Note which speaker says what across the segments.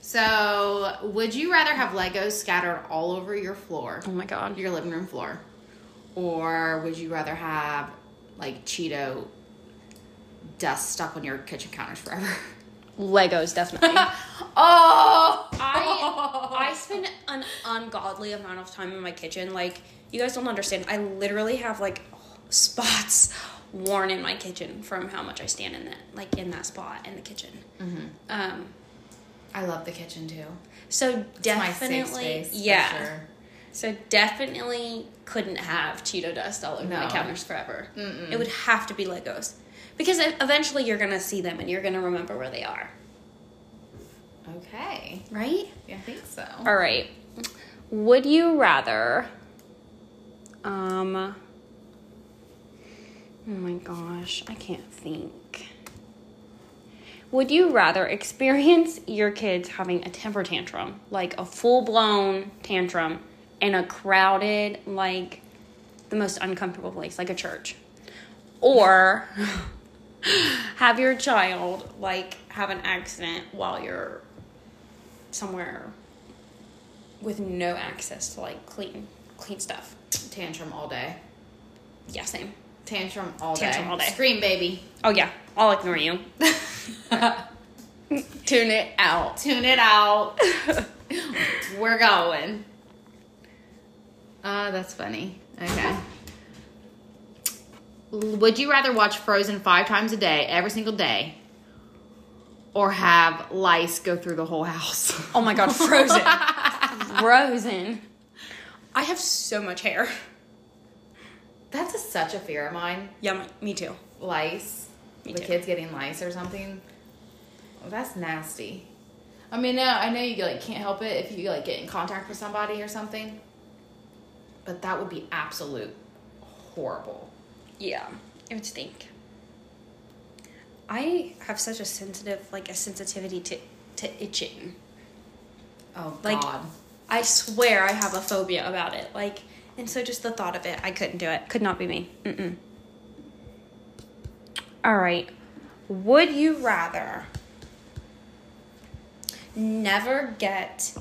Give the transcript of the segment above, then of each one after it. Speaker 1: So, would you rather have Legos scattered all over your floor,
Speaker 2: Oh my god.
Speaker 1: your living room floor, or would you rather have like Cheeto dust stuck on your kitchen counters forever?
Speaker 2: Legos definitely.
Speaker 1: oh,
Speaker 2: I I spend an ungodly amount of time in my kitchen. Like you guys don't understand. I literally have like spots worn in my kitchen from how much I stand in that like in that spot in the kitchen.
Speaker 1: Mm-hmm.
Speaker 2: Um,
Speaker 1: I love the kitchen too.
Speaker 2: so
Speaker 1: It's my
Speaker 2: definitely,
Speaker 1: safe space, for
Speaker 2: yeah.
Speaker 1: sure.
Speaker 2: So definitely couldn't have Cheeto dust all over
Speaker 1: No.
Speaker 2: my counters forever. It would have to be Legos because e- eventually you're gonna see them and you're gonna remember where they are,
Speaker 1: Okay,
Speaker 2: right?
Speaker 1: I think so.
Speaker 2: All right. Would you rather? Um. Oh my gosh, I can't think. Would you rather experience your kids having a temper tantrum, like a full blown tantrum, in a crowded, like the most uncomfortable place, like a church? Or have your child, like, have an accident while you're somewhere with no access to like clean clean stuff.
Speaker 1: Tantrum all day.
Speaker 2: Yeah, same.
Speaker 1: Tantrum all
Speaker 2: Tantrum
Speaker 1: day.
Speaker 2: all day.
Speaker 1: Scream, baby.
Speaker 2: Oh yeah, I'll ignore you. Tune it out.
Speaker 1: Tune it out. We're going. Uh, that's funny. Okay. Would you rather watch Frozen five times a day, every single day, or have lice go through the whole house?
Speaker 2: Oh my god, frozen. frozen. I have so much hair.
Speaker 1: That's a, such a fear of mine.
Speaker 2: Yeah, my, me too.
Speaker 1: Lice.
Speaker 2: Me
Speaker 1: the
Speaker 2: too.
Speaker 1: kids getting lice or something. Well, that's nasty. I mean, no, I know you like can't help it if you like get in contact with somebody or something. But that would be absolute horrible.
Speaker 2: Yeah, it would stink. I have such a sensitive, like a sensitivity to to itching.
Speaker 1: Oh
Speaker 2: Like-
Speaker 1: god.
Speaker 2: I swear I have a phobia about it. Like, and so just the thought of it, I couldn't do it. Could not be me. Mm-mm. All right. Would you rather never get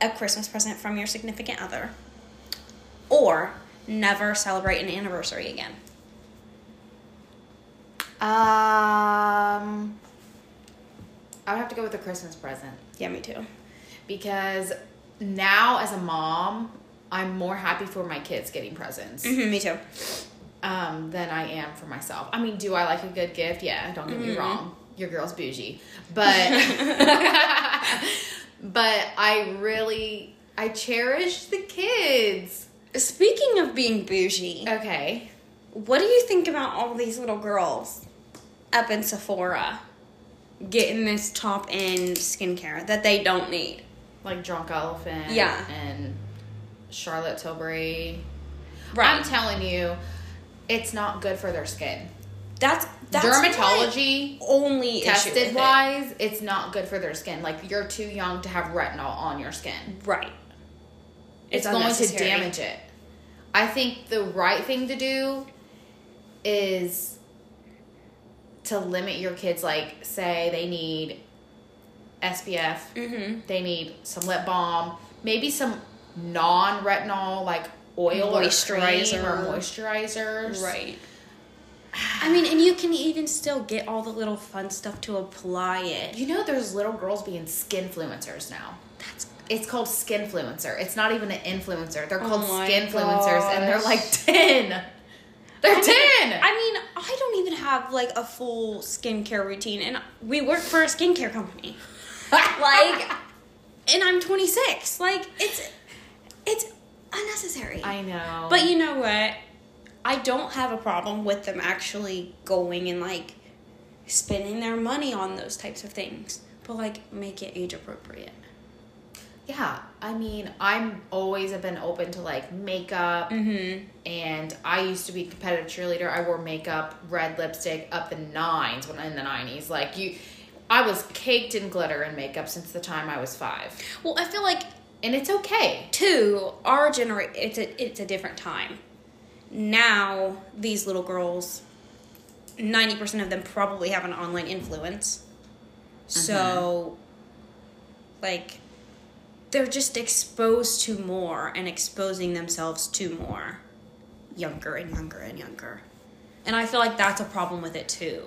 Speaker 2: a Christmas present from your significant other or never celebrate an anniversary again?
Speaker 1: Um I would have to go with a Christmas present
Speaker 2: Yeah, me too.
Speaker 1: because now as a mom, I'm more happy for my kids getting presents.
Speaker 2: Mm-hmm, me too.
Speaker 1: um, than I am for myself. I mean, do I like a good gift? Yeah, don't get me wrong. Your girl's bougie, but but I really I cherish the kids.
Speaker 2: Speaking of being bougie,
Speaker 1: Okay,
Speaker 2: What do you think about all these little girls up in Sephora getting this top end skincare that they don't need?
Speaker 1: like Drunk Elephant.
Speaker 2: Yeah.
Speaker 1: and Charlotte Tilbury. I'm
Speaker 2: Right.
Speaker 1: telling you, it's not good for their skin.
Speaker 2: that's that's
Speaker 1: Dermatology.
Speaker 2: my only issue with
Speaker 1: Tested
Speaker 2: it.
Speaker 1: wise, it's not good for their skin. Like you're too young to have retinol on your skin.
Speaker 2: Right.
Speaker 1: it's going to
Speaker 2: unnecessary.
Speaker 1: damage it. I think the right thing to do is to limit your kids like say they need SPF,
Speaker 2: Mm-hmm.
Speaker 1: they need some lip balm, maybe some non-retinol like oil or cream
Speaker 2: Moisturizer.
Speaker 1: or moisturizers.
Speaker 2: Right. I mean, and you can even still get all the little fun stuff to apply it.
Speaker 1: You know there's little girls being skinfluencers now.
Speaker 2: That's
Speaker 1: It's called skinfluencer. It's not even an influencer. They're
Speaker 2: Oh
Speaker 1: called
Speaker 2: my
Speaker 1: skinfluencers and they're
Speaker 2: gosh.
Speaker 1: like 10. They're 10.
Speaker 2: I mean, I don't even have like a full skincare routine, and we work for a skincare company. like, and I'm 26. Like, it's it's unnecessary.
Speaker 1: I know.
Speaker 2: but you know what? I don't have a problem with them actually going and like spending their money on those types of things, but like make it age appropriate.
Speaker 1: yeah, I mean, I'm always have been open to like makeup,
Speaker 2: Mm-hmm. Hmm.
Speaker 1: and I used to be a competitive cheerleader. I wore makeup, red lipstick, up the nines when in the nineties. Like you, I was caked in glitter and makeup since the time I was five,
Speaker 2: Well, I feel like
Speaker 1: and it's okay.
Speaker 2: two our gener it's a it's a different time now these little girls
Speaker 1: Uh-huh.
Speaker 2: 90% of them probably have an online influence so Like, they're just exposed to more and exposing themselves to more younger and younger and younger. And I feel like that's a problem with it too.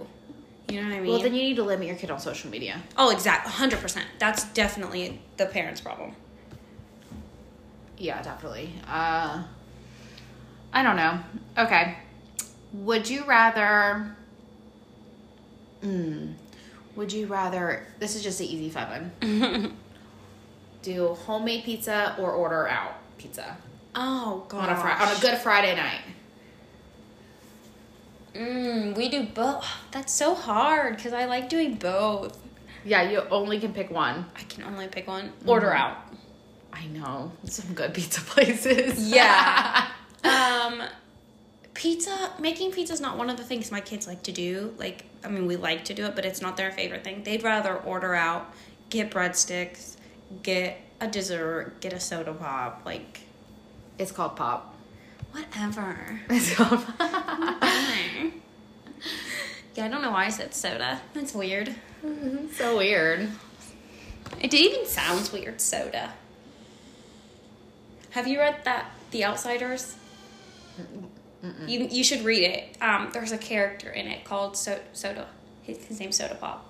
Speaker 2: You know what I mean?
Speaker 1: Well, then you need to limit your kid on social media.
Speaker 2: oh, exact, 100%. That's definitely the parents' problem.
Speaker 1: Yeah, definitely. Uh, I don't know. Okay. Would you rather? Mm, would you rather? This is just an easy five one. Do homemade pizza or order out pizza
Speaker 2: Oh, God.
Speaker 1: on a Friday on a good Friday night?
Speaker 2: Mm, we do both. That's so hard because I like doing both.
Speaker 1: Yeah, you only can pick one.
Speaker 2: I can only pick one. Mm-hmm. Order out.
Speaker 1: I know some good pizza places.
Speaker 2: Yeah. um, pizza. Making pizza is not one of the things my kids like to do. Like, I mean, we like to do it, but it's not their favorite thing. They'd rather order out, get breadsticks, get a dessert, get a soda pop, like
Speaker 1: it's called pop.
Speaker 2: whatever.
Speaker 1: It's called pop.
Speaker 2: yeah, I don't know why I said soda. That's weird.
Speaker 1: so weird.
Speaker 2: It even sounds weird, soda. Have you read that The Outsiders? You, you should read it. Um, there's a character in it called so- Soda. His, his name's Soda Pop.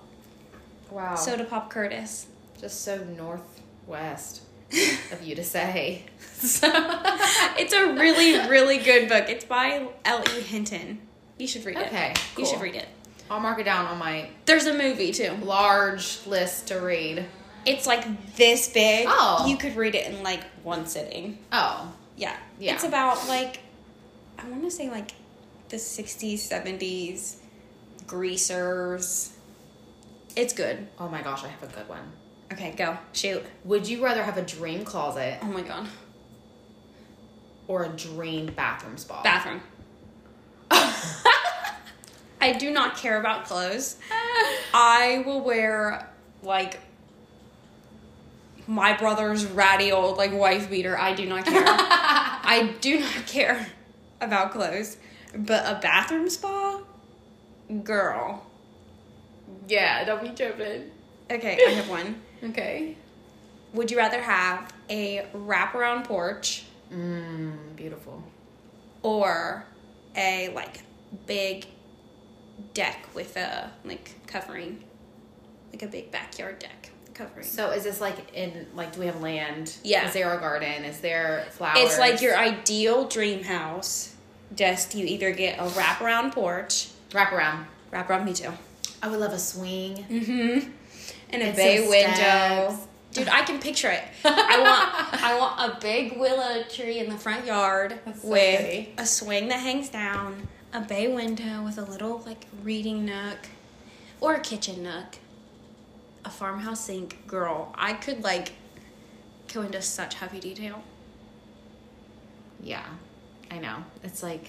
Speaker 1: Wow.
Speaker 2: Soda Pop Curtis.
Speaker 1: just so northwest of you to say.
Speaker 2: So it's a really, really good book. It's by L.E. Hinton. You should read it.
Speaker 1: Okay,
Speaker 2: You should
Speaker 1: cool.
Speaker 2: read it.
Speaker 1: I'll mark it down on my
Speaker 2: There's a movie too.
Speaker 1: large list to read.
Speaker 2: It's like this big.
Speaker 1: Oh.
Speaker 2: You could read it in like one sitting.
Speaker 1: Oh,
Speaker 2: Yeah.
Speaker 1: Yeah.
Speaker 2: It's about like I want to say like the 60s, 70s greasers. It's good.
Speaker 1: oh my gosh, I have a good one.
Speaker 2: Okay, go. Shoot.
Speaker 1: Would you rather have a dream closet
Speaker 2: Oh my god.
Speaker 1: or a dream bathroom spa?
Speaker 2: Bathroom. I do not care about clothes. I will wear like my brother's ratty old like wife beater. I do not care. I do not care about clothes, but a bathroom spa, girl.
Speaker 1: yeah, don't be tripping.
Speaker 2: Okay, I have one.
Speaker 1: Okay.
Speaker 2: Would you rather have a wraparound porch
Speaker 1: Mmm, beautiful.
Speaker 2: or a like big deck with a like covering, like a big backyard deck covering?
Speaker 1: So is this like in like do we have land?
Speaker 2: Yeah.
Speaker 1: Is there a garden? Is there flowers?
Speaker 2: It's like your ideal dream house. Just you either get a wraparound porch,
Speaker 1: wrap around.
Speaker 2: wraparound me too,
Speaker 1: I would love a swing.
Speaker 2: Mm. and Mm-hmm. a
Speaker 1: And
Speaker 2: bay
Speaker 1: some
Speaker 2: window.
Speaker 1: steps.
Speaker 2: Dude, I can picture it. I want I want a big willow tree in the front yard
Speaker 1: That's so
Speaker 2: with
Speaker 1: pretty.
Speaker 2: a swing that hangs down, a bay window with a little like reading nook or a kitchen nook. A farmhouse sink, girl. I could like go into such heavy detail.
Speaker 1: Yeah, I know. It's like